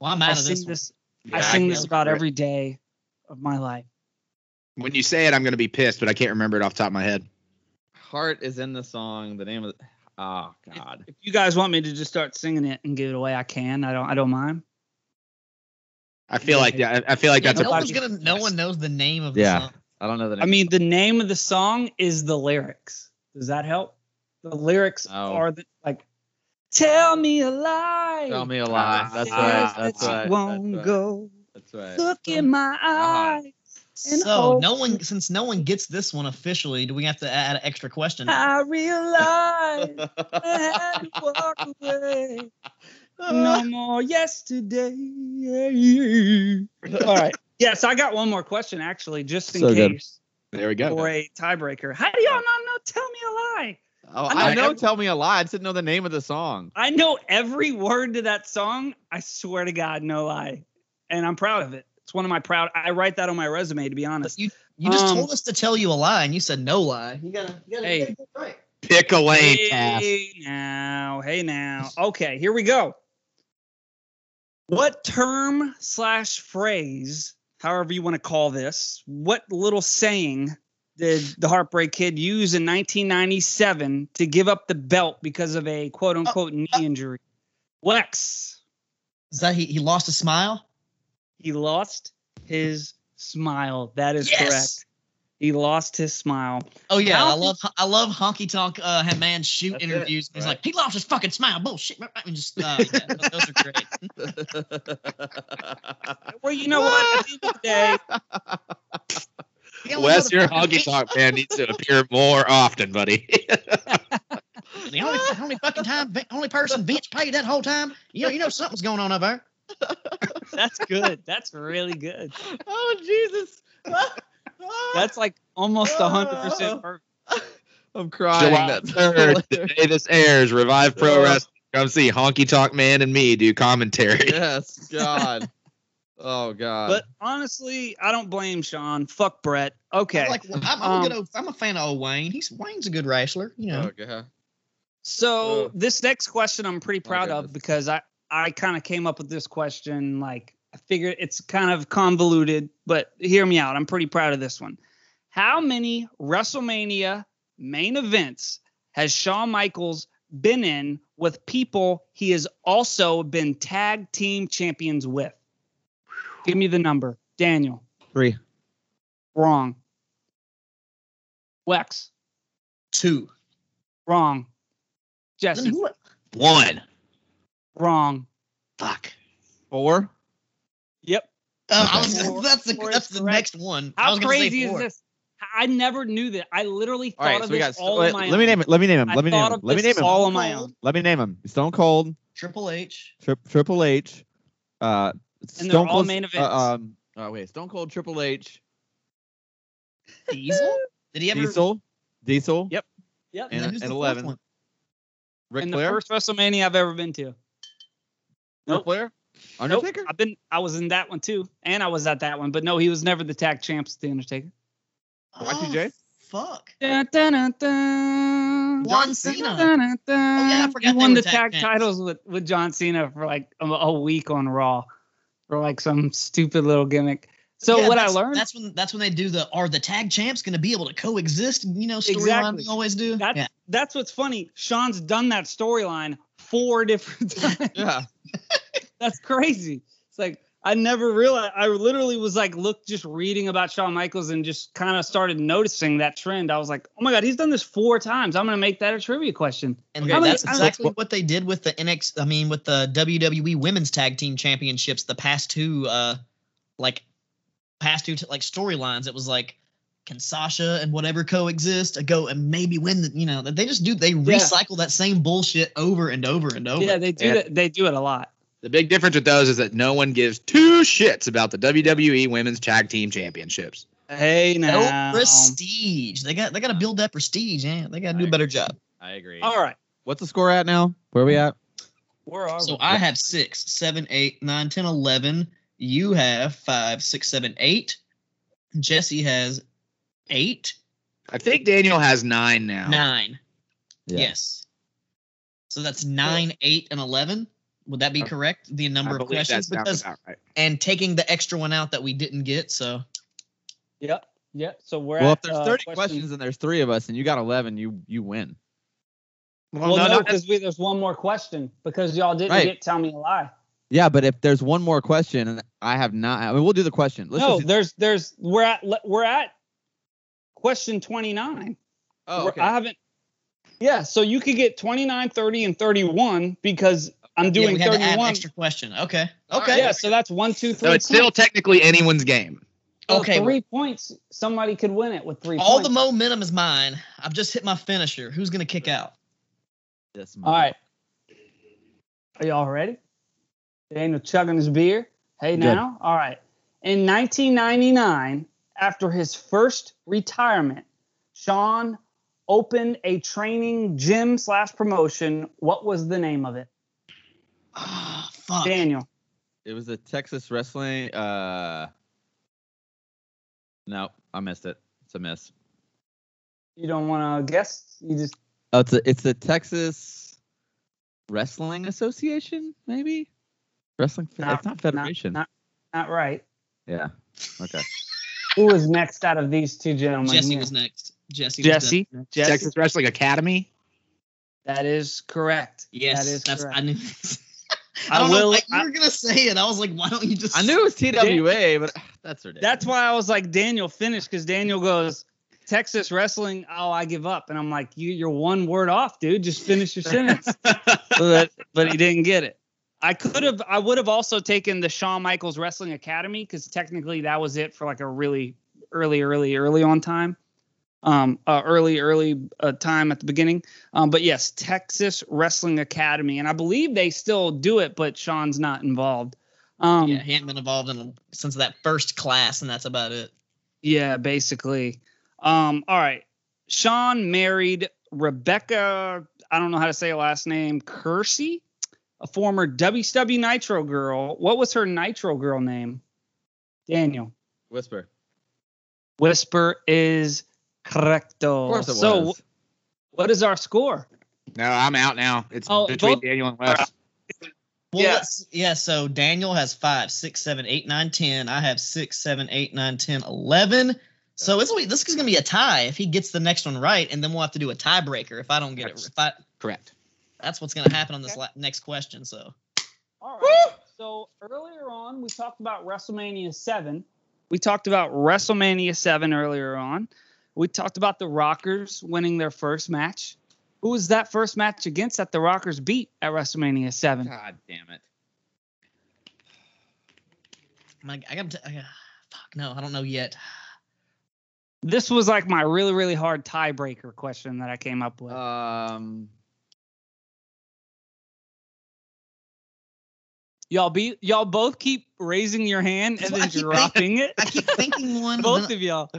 Well, I'm
I
out of
sing
this.
this,
one.
I
Yeah,
sing
can
this
go
about
for it.
every day of my life.
When you say it, I'm gonna be pissed, but I can't remember it off the top of my head.
Heart is in the song. The name of the, Oh God.
If you guys want me to just start singing it and give it away, I can. I don't I don't mind.
I feel like yeah, I I feel like
Yeah,
that's
no
a
one's gonna. No one knows the name of the
Yeah.
song.
I don't know the name.
I mean, the name of the song is the lyrics. Does that help? The lyrics
Oh.
are the, like Tell me a lie.
Tell me a lie. That's
says
right. That's
that you
right.
won't
That's right.
go.
That's right.
Look in my
Ah.
eye. And
So no
also-
one, since no one gets this one officially, do we have to add an extra question?
I realized I had to walk away.
Uh,
No more yesterday. All right. Yes, I got one more question actually, just in
So good.
case
there we go.
for a tiebreaker. How do y'all not know? Tell me a lie.
Oh,
I
I
know
know. Tell me a lie. I just didn't know the name of the song.
I know every word to that song. I swear to God, no lie, and I'm proud of it. It's one of my proud. I write that on my resume, to be honest.
You you just
Um,
told us to tell you a lie, and you said no lie. You gotta, you gotta,
Hey.
you gotta get it right.
Pick a lane. Taff.
Hey now, hey now. Okay, here we go. What term slash phrase, however you want to call this, what little saying did the Heartbreak Kid use in 1997 to give up the belt because of a quote unquote knee injury? Lex,
Is that he? He lost a smile.
he lost his smile. That is
Yes!
correct. He lost his smile.
Oh yeah,
How-
I love I love honky tonk uh had man shoot
That's it,
interviews. He's
right.
like, he lost his fucking smile. Bullshit. I mean, just uh, yeah, those are great.
Well, you know what? At the end of the day,
The only
Wes, your
motherfucking-
honky tonk fan needs to appear more often, buddy.
The only, the only fucking time, the only person Vince paid that whole time. You know, you know something's going on over there.
that's good. That's really good.
oh Jesus.
That's like almost a hundred percent perfect.
I'm crying.
July
That's
third, the day this airs, Revive Pro
Oh.
Wrestling. Come see Honky Tonk Man and me do commentary.
yes. God. Oh God.
But honestly, I don't blame Sean. Fuck Brett. Okay.
I'm like, I'm, I'm, a good
Um,
old, I'm a fan of old Wayne. He's Wayne's a good wrestler. You know,
Oh God.
so
Ugh.
this next question I'm pretty
My
proud of
goodness.
because I I kind of came up with this question like I figured it's kind of convoluted, but hear me out. I'm pretty proud of this one. How many WrestleMania main events has Shawn Michaels been in with people he has also been tag team champions with? Give me the number, Daniel.
Three.
Wrong. Wex.
two.
Wrong.
Then
Jesse.
who? uh,
One.
Wrong.
Fuck.
Four.
Yep.
Uh, I was,
Four-
that's the
four
that's
is
the
correct.
next one. I
How
was gonna say
crazy is
four.
this? I never knew that. I literally thought
All right.
of
So we got.
this all
wait,
on my
let me
own.
name it. Let me name him.
I
Let me name
thought
him.
of
Let me
this
name him.
all on my
Cold.
own.
Let me name him. Stone Cold.
Triple H.
Tri- Triple H. Uh,
they're
Stone
all
Cold.
main
Uh,
events.
um. Oh wait. Stone Cold. Triple H.
Diesel. Did he ever?
Diesel. Diesel.
Yep. Yep.
And-
then who's the fourth
11.
one?
Ric
and the
Flair.
first WrestleMania I've ever been to.
Ric
Nope.
Flair.
Nope.
Undertaker.
I've been. I was in that one too, and I was at that one. But no, he was never the tag champs, The Undertaker.
Y2J?
Oh, fuck.
Dun, dun, dun, dun.
John
Dun,
Cena.
dun, dun, dun.
Oh, yeah, I forgot
He
they
won
were
the
tag
tag
champs.
titles with, with John Cena for like a, a week on Raw, for like some stupid little gimmick. So
Yeah,
what I
that's-
learned
That's when that's when they do the are the tag champs going to be able to coexist? You know, storyline
Exactly.
we always do.
that's
yeah.
that's what's funny. Sean's done that storyline four different times.
Yeah.
That's crazy. It's like I never realized. I literally was like, look, just reading about Shawn Michaels and just kind of started noticing that trend. I was like, oh my god, he's done this four times. I'm gonna make that a trivia question.
And
Okay,
that's
how many-
exactly what they did with the NX. I mean, with the WWE Women's Tag Team Championships, the past two, uh, like, past two t- like storylines. It was like can Sasha and whatever coexist? and Go and maybe win the you know they just do they recycle that same bullshit over and over and over.
Yeah, they do
Yeah.
that. They do it a lot.
The big difference with those is that no one gives two shits about the WWE Women's Tag Team Championships.
Hey
No
now.
prestige. They got they got to build that prestige. Yeah, they got to do a better job.
I agree.
All right.
What's the score at now? Where we at?
Where are
So
we?
I have six, seven, eight, nine, ten, eleven. You have five, six, seven, eight. Jesse has eight,
I think Daniel has nine now.
nine.
Yeah.
Yes. So that's nine, eight, and eleven. Would that be
I-
correct? The
I
number of
believe
questions,
that sounds
because
about right.
and taking the extra one out that we didn't get. So
Yep. Yep. So we're
Well, if
at
there's
uh,
30
question-
questions and there's three of us and you got 11, you you win.
Well,
no,
no,
not-
because we there's one more question because y'all didn't
Right.
get tell me a lie.
Yeah, but if there's one more question and I have not, I mean, we'll do the question. Let's
no,
just do-
there's there's we're at le- we're at question 29.
oh,
We're-
okay.
I haven't. Yeah. So you could get 29, 30, and 31 because I'm
yeah,
doing
we had to add an
31.
extra question. Okay.
All
Okay.
Yeah. So that's one, two, three.
So it's still
points.
technically anyone's game.
So
Okay.
Three points. Somebody could win it with three.
All
points.
the momentum is mine. I've just hit my finisher. Who's gonna kick out?
This
All right. Are y'all ready? Daniel chugging his beer. Hey,
Good.
now. All right. In 1999, after his first retirement, Sean opened a training gym slash promotion. What was the name of it?
Ah, fuck.
Daniel.
It was a Texas wrestling. Uh, no, I missed it. It's a miss.
You don't want to guess? You just.
Oh, it's a, it's the Texas Wrestling Association, maybe. Wrestling. Fe-
Not-
it's not Federation.
Not, not, not right.
yeah. Okay.
Who was next out of these two gentlemen?
Jesse
here?
was next. Jesse. was
Jesse.
next.
Jesse.
Texas Wrestling Academy.
That is correct.
Yes,
That is
that's
correct.
I knew.
I
I don't know.
will-
Like, you
I-
were gonna say it. I was like, why don't you just?
I knew it was TWA, but that's ridiculous.
That's why I was like, Daniel, finish, because Daniel goes, Texas wrestling, oh, I give up. And I'm like, you, you're one word off, dude. Just finish your sentence. but, but he didn't get it. I could have, I would have also taken the Shawn Michaels Wrestling Academy, because technically that was it for like a really early, early, early on time. Um, uh, early, early uh, time at the beginning. Um, but yes, Texas Wrestling Academy, and I believe they still do it, but Sean's not involved. Um,
Yeah, he hadn't been involved in since that first class, and that's about it.
Yeah, basically. Um, all right. Sean married Rebecca, I don't know how to say her last name, Kersey, a former WCW Nitro girl. What was her Nitro girl name? Daniel.
Whisper.
Whisper is correcto.
Of course it
Oh, so
was.
what is our score?
No, I'm out now. It's
Oh,
between
both-
Daniel and Wes.
Well,
Yeah.
let's- yeah. So Daniel has five, six, seven, eight, nine, ten. I have six, seven, eight, nine, ten, eleven. So it's wait, this is gonna be a tie if he gets the next one right, and then we'll have to do a tiebreaker if I don't get
That's-
it. If I,
Correct.
that's what's gonna happen on this la- next question. So
All right. So earlier on, we talked about WrestleMania 7. We talked about WrestleMania 7 earlier on. We talked about the Rockers winning their first match. Who was that first match against that the Rockers beat at WrestleMania 7?
God damn it.
I'm like, I got to. Fuck no, I don't know yet.
This was like my really, really hard tiebreaker question that I came up with.
Uh,
Um.
y'all be y'all both keep raising your hand and
Well, I
then
keep
dropping it.
I keep thinking one.
both of y'all.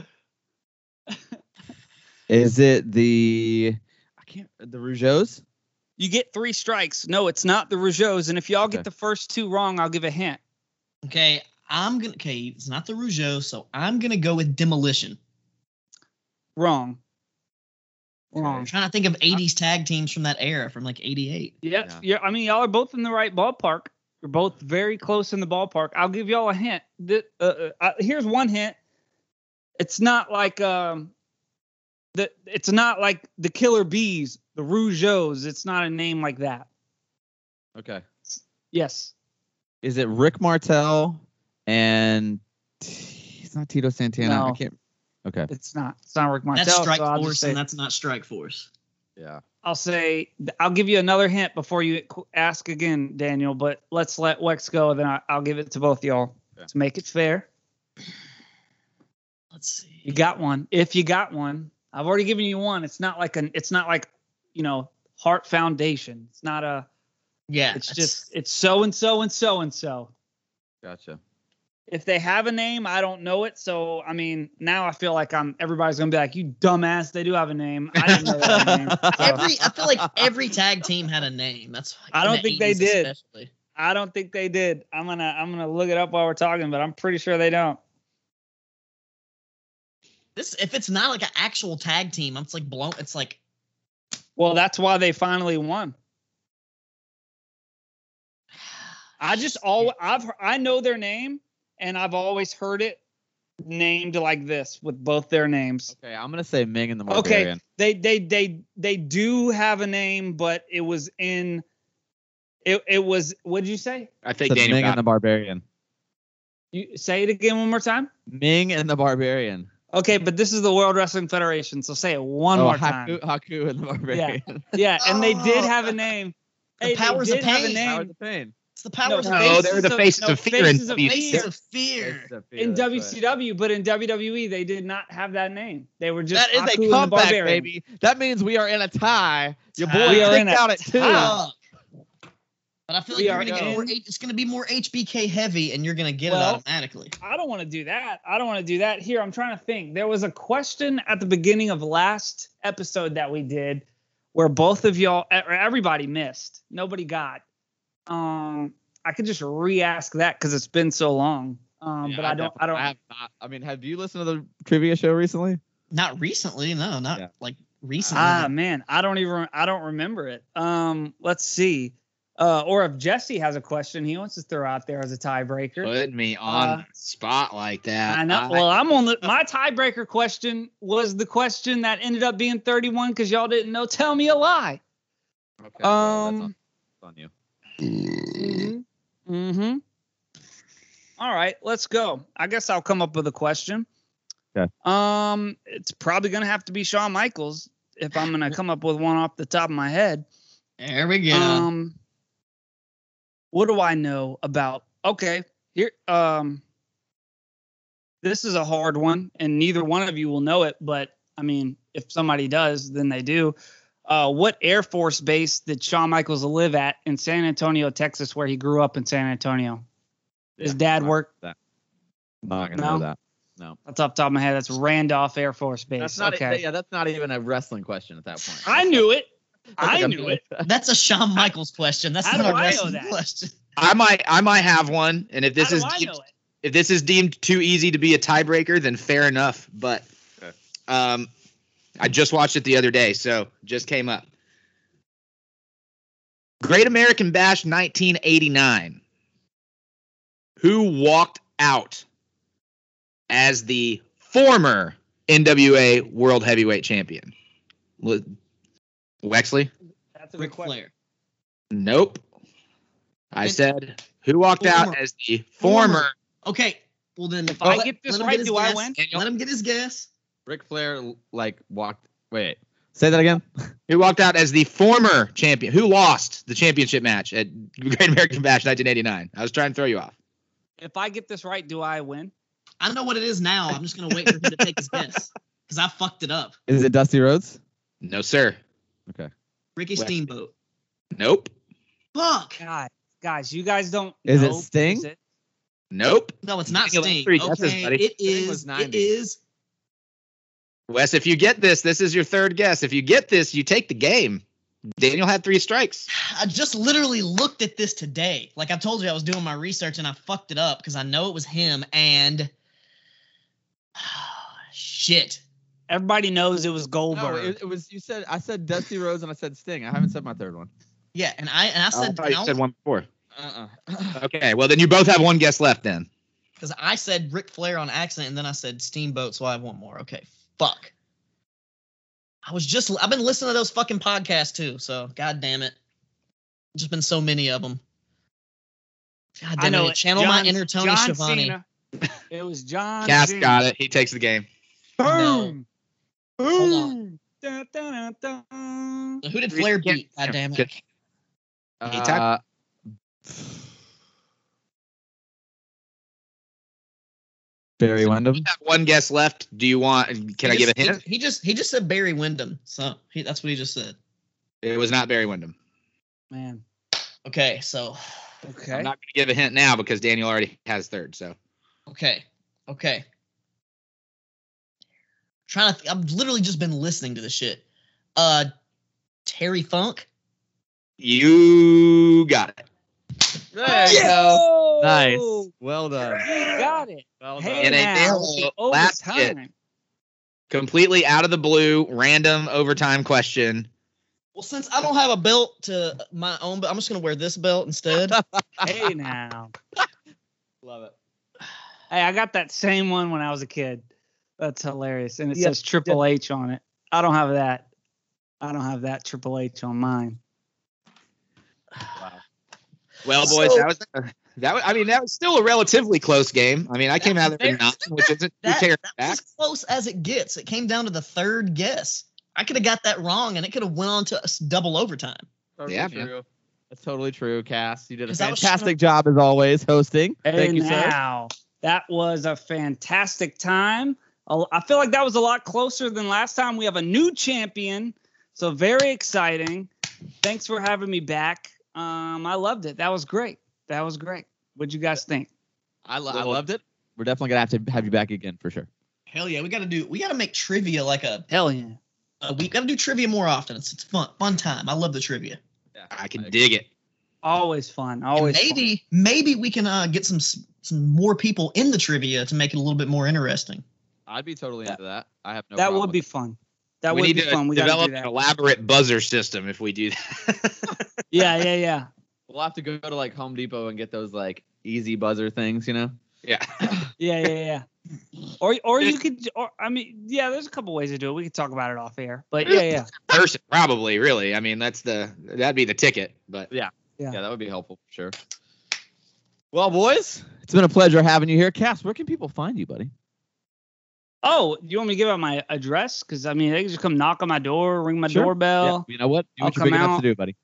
Is it the? I can't. The Rougeaus.
You get three strikes. No, it's not the Rougeaus. And if y'all
Okay.
get the first two wrong, I'll give a hint.
Okay, I'm gonna. Okay, it's not the Rougeau, so I'm gonna go with Demolition.
Wrong.
I'm
Wrong.
trying to think of 80s tag teams from that era, from like 88.
Yes.
Yeah.
Yeah. I mean, y'all are both in the right ballpark. You're both very close in the ballpark. I'll give y'all a hint. Th- uh, uh, uh, here's one hint. It's not like um, the it's not like the Killer Bees, the Rougeaus. It's not a name like that.
Okay.
Yes.
Is it Rick Martel and T- it's not Tito Santana? I
No.
can't. Okay.
It's not. It's not Rick Martel.
That's Strike
so I'll, just
Force,
say,
and that's not Strike Force.
Yeah.
I'll say I'll give you another hint before you qu- ask again, Daniel. But let's let Wex go. Then I, I'll give it to both y'all
Yeah.
to make it fair.
Let's see.
You got one. If you got one, I've already given you one. It's not like an. It's not like, you know, heart foundation. It's not a.
Yeah,
It's
that's-
just. It's so and so and so and so.
Gotcha.
If they have a name, I don't know it. So I mean, now I feel like I'm. Everybody's gonna be like, you dumbass. They do have a name. I didn't know that name. So,
every. I feel like every tag team had a name. That's. Like
I don't think they did.
Especially.
I don't think they did. I'm gonna. I'm gonna look it up while we're talking, but I'm pretty sure they don't.
This if it's not like an actual tag team, I'm just like blown. It's like
Well, that's why they finally won. I just all I've I know their name and I've always heard it named like this with both their names.
Okay, I'm gonna say Ming and the
Okay.
Barbarian.
They they they they do have a name, but it was in it it was what did you say?
I
Said
think Daniel
Ming
got
and the Barbarian.
You say it again one more time.
Ming and the Barbarian.
Okay, but this is the World Wrestling Federation, so say it one
oh,
more
Haku,
time.
Haku and the Barbarian.
Yeah, and they did
Oh.
have a name.
The
Hey, they
powers of
did have a
pain.
Power
name.
of the Pain.
it's the powers
no,
of
they're
faces.
the faces of fear in
faces of
WWE.
fear.
faces of fear.
in WCW, but in WWE they did not have that name. They were just
That is
Haku
a
and the
comeback,
Barbarian.
baby. That means we are in a tie. Your boy
Tie. We
are
kicked
in a
out at two.
tie.
Fuck. But I feel like
We
you're
are
gonna get
in.
more. H- It's gonna be more HBK heavy, and you're gonna get
Well,
it automatically.
I don't want to do that. I don't want to do that. Here, I'm trying to think. There was a question at the beginning of last episode that we did where both of y'all e-, or everybody missed. Nobody got. Um I could just re-ask that cuz it's been so long. Um
Yeah,
but I, don't
definitely-
I don't
I have not. I mean, have you listened to the trivia show recently?
Not recently, no, not
Yeah.
like recently.
Ah man, I don't even I don't remember it. Um let's see. Uh or if Jesse has a question he wants to throw out there as a tiebreaker.
Put me on
Uh,
the spot like that.
I know. well, I'm on the my tiebreaker question was the question that ended up being 31 because y'all didn't know. Tell me a lie.
Okay. well, that's on,
Um.
that's on you.
Mm-hmm. All right, let's go. I guess I'll come up with a question.
Okay.
Um, it's probably gonna have to be Shawn Michaels if I'm gonna come up with one off the top of my head.
there we go.
Um, what do I know about? Okay, here. Um, this is a hard one, and neither one of you will know it. But I mean, if somebody does, then they do. Uh, what Air Force base did Shawn Michaels live at in San Antonio, Texas, where he grew up in San Antonio? His
Yeah,
dad
not-
worked.
Not gonna
No?
know that.
That's off the top of my head. That's Randolph Air Force Base.
That's not. e,
okay.
Yeah, that's not even a wrestling question at that point.
I knew it. I knew it.
That's a Shawn Michaels question. That's
How
not a
do I know
wrestling
that?
question.
I might I might have one, and if this
How
is
do I
deemed-
know it?
if this is deemed too easy to be a tiebreaker, then fair enough. But
Okay.
um, I just watched it the other day, so just came up. Great American Bash 1989. Who walked out as the former NWA World Heavyweight Champion? Le- Wexley?
That's a good
Ric
question.
Flair.
Nope. I said who walked out
Former.
as the
Former.
former
Okay. Well then, if
I
let-
get this
let him
right,
his
do I
guess.
win?
Let him get his guess.
Ric Flair like walked. Wait, say that again.
who walked out as the former champion, who lost the championship match at Great American Bash 1989. I was trying to throw you off.
If I get this right, do I win?
I know what it is now. I'm just gonna wait for him to take his guess because I fucked it up.
Is it Dusty Rhodes?
No, sir.
Ricky
West.
Steamboat.
Nope.
Fuck.
God, guys, you guys don't.
Is it
know,
Sting?
is it?
Nope.
No, it's not
Give him
Sting.
three
okay,
guesses, buddy.
it
Sting was
is. It
90.
is.
Wes, if you get this, this is your third guess. If you get this, you take the game. Daniel had three strikes.
I just literally looked at this today. Like I told you, I was doing my research and I fucked it up because I know it was him. And shit.
Everybody knows it was
No,
Goldberg.
it, it was. You said I said Dusty Rhodes and I said Sting. I haven't said my third one.
Yeah, and I and I
Oh, I
said Uh-uh.
thought you said one before.
Uh.
Okay. Well, then you both have one guess left then.
because I said Ric Flair on accident, and then I said Steamboat, so I have one more. Okay, fuck. I was just I've been listening to those fucking podcasts too, so god damn it, just been so many of them. God damn
I know
it,
it.
channel my
John-
inner Tony
John
Schiavone.
Cena. It was John.
Cass
Cena.
got it. He takes the game.
Boom.
Hold on.
Boom. Dun, dun, dun, dun.
Who did Flair
Yeah.
beat? God damn it.
uh, Barry Windham.
have one guess left. Do you want? Can I
He
give a
just-
hint?
He, he just he just said Barry Windham. So he, that's what he just said.
It was not Barry Windham.
Man.
Okay, so
Okay.
I'm not going to give a hint now because Daniel already has third. So
okay, okay. Trying to, th- I've literally just been listening to the shit. Uh, Terry Funk.
you got it.
There you go. Nice. Well done.
You got it.
Well
Hey,
done.
And I
now,
nailed it. Last hit.
overtime.
Completely out of the blue, random overtime question.
Well, since I don't have a belt to uh, my own, but I'm just gonna wear this belt instead.
Hey now.
Love it.
Hey, I got that same one when I was a kid. That's hilarious. And it
Yeah,
says Triple H on it. I don't have that. I don't have that Triple H on mine.
Well, boys,
So-
that was uh, that. Was, I mean, that was still a relatively close game. I mean, I came out of there with
That-
nine, which isn't too
that,
terrible.
that was as close as it gets. It came down to the third guess. I could have got that wrong, and it could have went on to us double overtime.
Totally
Yeah, man.
true. That's totally true, Cass. You did a
'Cause I was
fantastic job as always hosting.
Hey
Thank you, sir.
now. That was a fantastic time. A- I feel like that was a lot closer than last time. We have a new champion. So very exciting. Thanks for having me back. Um, I loved it. That was great. That was great. What'd you guys think?
I, lo- I
Well-
loved it. We're definitely gonna have to have you back again for sure.
Hell yeah, we gotta do. We gotta make trivia like a
Hell yeah.
Uh, we gotta do trivia more often. It's, it's fun, fun time. I love the trivia.
I can dig it.
Always fun.
And
Always fun.
maybe maybe we can uh, get some s- some more people in the trivia to make it a little bit more interesting.
I'd be totally into that. I have no.
that
problem
would
with
be
it.
fun. That
we
would
need
be
to
fun. We gotta
develop
do
an
that.
elaborate buzzer system if we do that.
Yeah, yeah, yeah.
We'll have to go to like Home Depot and get those like easy buzzer things, you know.
yeah.
Yeah, yeah, yeah. Or or you could or I mean, yeah, there's a couple ways to do it. We could talk about it off air. But yeah, yeah.
person probably really i mean that's the that'd be the ticket but
Yeah.
Yeah, that would be helpful for sure. Well, boys, it's been a pleasure having you here, Cass. Where can people find you, buddy?
Oh, you want me to give out my address? Because I mean they can just come knock on my door, ring my
Sure.
doorbell.
yeah, you know what? Do
I'll
what you're
come
big enough
out.
to do, buddy.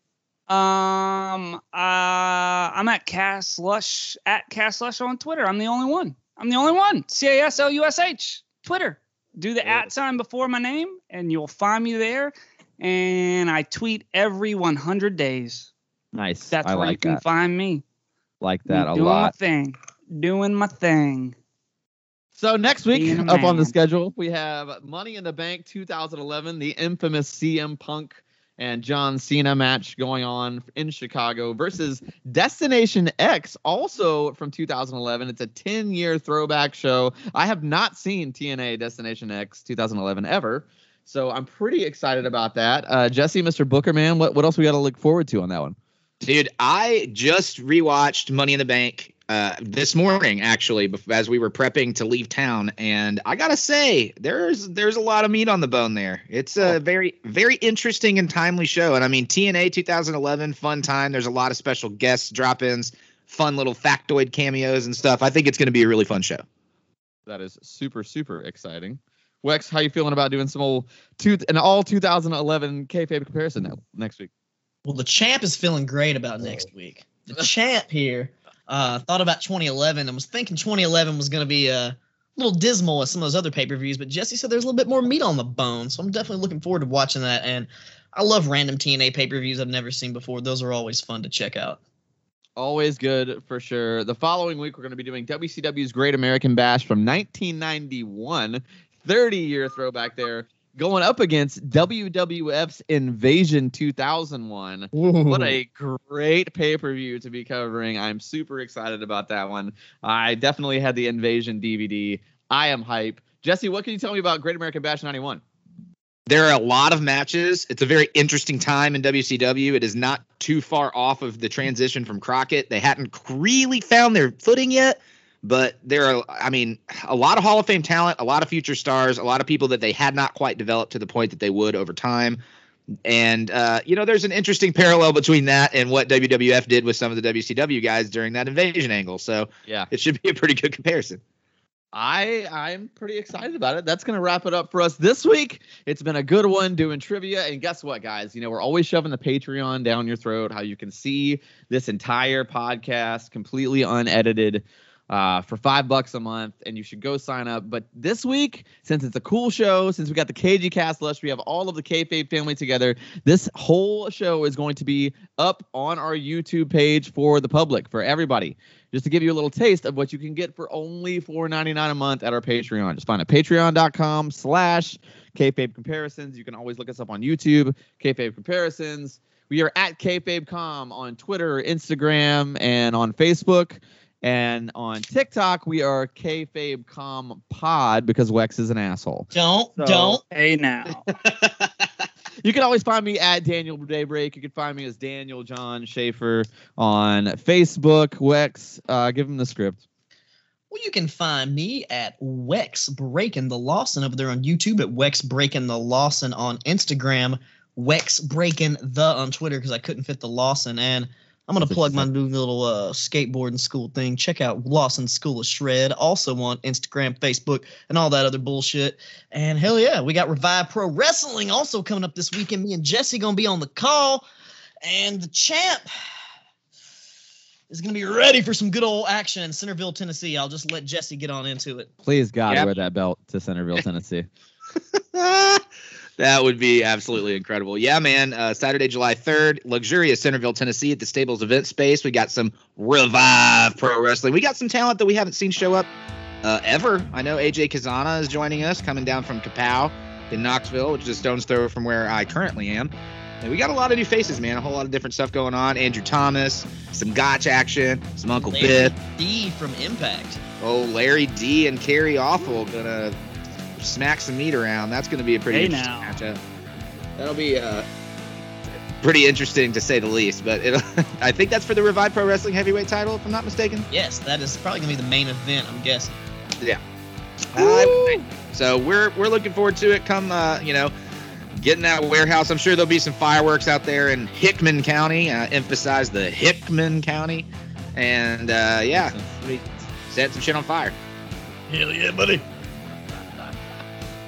Um uh I'm at Cass Lush at Cass Lush on Twitter. I'm the only one. I'm the only one. C A S L U S H Twitter. Do the
There it
at sign before my name and you'll find me there. And I tweet every 100 days.
Nice.
That's
I
where you
like
can
that.
find me.
Like that a
doing
lot.
my thing. Doing my thing.
So next week,
Being a
up on the
man.
schedule, we have Money in the Bank 2011, the infamous CM Punk and John Cena match going on in Chicago versus Destination X, also from 2011. It's a 10 year throwback show. I have not seen TNA Destination X 2011 ever, so I'm pretty excited about that. Uh, Jesse, Mr. Booker, man, what, what else we got to look forward to on that one?
dude i just rewatched money in the bank uh, this morning actually bef- as we were prepping to leave town and i gotta say there's there's a lot of meat on the bone there it's a very very interesting and timely show and i mean tna 2011 fun time there's a lot of special guests drop-ins fun little factoid cameos and stuff i think it's going to be a really fun show
That is super, super exciting. Wex, how you feeling about doing some old two an all 2011 kayfabe comparison now, next week?
Well, the champ is feeling great about next week. The champ here uh, thought about 2011 and was thinking 2011 was gonna be a little dismal as some of those other pay per views, but Jesse said there's a little bit more meat on the bone, so I'm definitely looking forward to watching that. And I love random TNA pay per views I've never seen before. Those are always fun to check out.
Always good for sure. The following week, we're going to be doing WCW's Great American Bash from 1991, 30 year throwback there, going up against WWF's Invasion 2001. What a great pay per view to be covering. I'm super excited about that one. I definitely had the Invasion DVD. I am hype. Jesse, what can you tell me about Great American Bash 91?
There are a lot of matches. It's a very interesting time in WCW. It is not too far off of the transition from Crockett. They hadn't really found their footing yet, but there are, I mean, a lot of Hall of Fame talent, a lot of future stars, a lot of people that they had not quite developed to the point that they would over time. And, uh, you know, there's an interesting parallel between that and what WWF did with some of the WCW guys during that invasion angle. So
Yeah.
it should be a pretty good comparison.
I I'm pretty excited about it. That's gonna wrap it up for us this week. It's been a good one doing trivia, and guess what, guys? You know we're always shoving the Patreon down your throat. How you can see this entire podcast completely unedited. uh, for five bucks a month, and you should go sign up. But this week, since it's a cool show, since we got the KG Cast Lush, we have all of the kayfabe family together. This whole show is going to be up on our YouTube page for the public, for everybody, just to give you a little taste of what you can get for only $4.99 a month at our Patreon. Just find it patreon.com slash kayfabe comparisons. You can always look us up on YouTube, kayfabe comparisons. We are at kayfabecom on Twitter, Instagram, and on Facebook. And on TikTok, we are kayfabecom pod because Wex is an asshole.
Don't,
So-
don't.
Hey now.
You can always find me at Daniel Daybreak. You can find me as Daniel John Schaefer on Facebook. Wex, uh, give him the script.
Well, you can find me at Wex Breaking the Lawson over there on YouTube, at Wex Breaking the Lawson on Instagram, Wex Breaking the on Twitter because I couldn't fit the Lawson. And I'm going to
That's
plug my new little uh, skateboarding school thing. Check out Lawson School of Shred, also on Instagram, Facebook, and all that other bullshit. And hell yeah, we got Revive Pro Wrestling also coming up this weekend. Me and Jesse going to be on the call. And the champ is going to be ready for some good old action in Centerville, Tennessee. I'll just let Jesse get on into it.
Please God,
Yep.
wear that belt to Centerville, Tennessee.
that would be absolutely incredible. Yeah, man. Uh, Saturday, July 3rd, luxurious Centerville, Tennessee at the Stables Event Space. We got some Revive Pro Wrestling. We got some talent that we haven't seen show up uh, ever. I know AJ Kazana is joining us, coming down from Kapow in Knoxville, which is a stone's throw from where I currently am. And we got a lot of new faces, man. A whole lot of different stuff going on. Andrew Thomas, some Gotch action, some Uncle
Larry
Biff.
D from Impact.
Oh, Larry D and Carrie Awful gonna smack some meat around. That's gonna be a pretty
Hey,
interesting
now.
matchup. That'll be uh, pretty interesting to say the least. But it'll, I think that's for the Revive Pro Wrestling Heavyweight title, if I'm not mistaken.
Yes, that is probably gonna be the main event. I'm guessing.
I would think. Uh, so we're we're looking forward to it. Come, uh, you know, get in that warehouse. I'm sure there'll be some fireworks out there in Hickman County. Uh, emphasize the Hickman County, and uh, yeah, we set some shit on fire.
Hell yeah, buddy.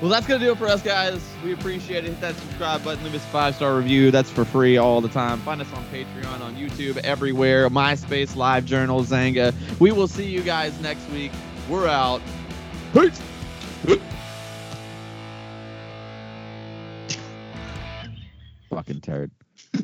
Well, that's gonna do it for us, guys. We appreciate it. Hit that subscribe button. Leave us a five star review. That's for free all the time. Find us on Patreon, on YouTube, everywhere. MySpace, Live Journal, Zanga. We will see you guys next week. We're out. Peace. Fucking turd.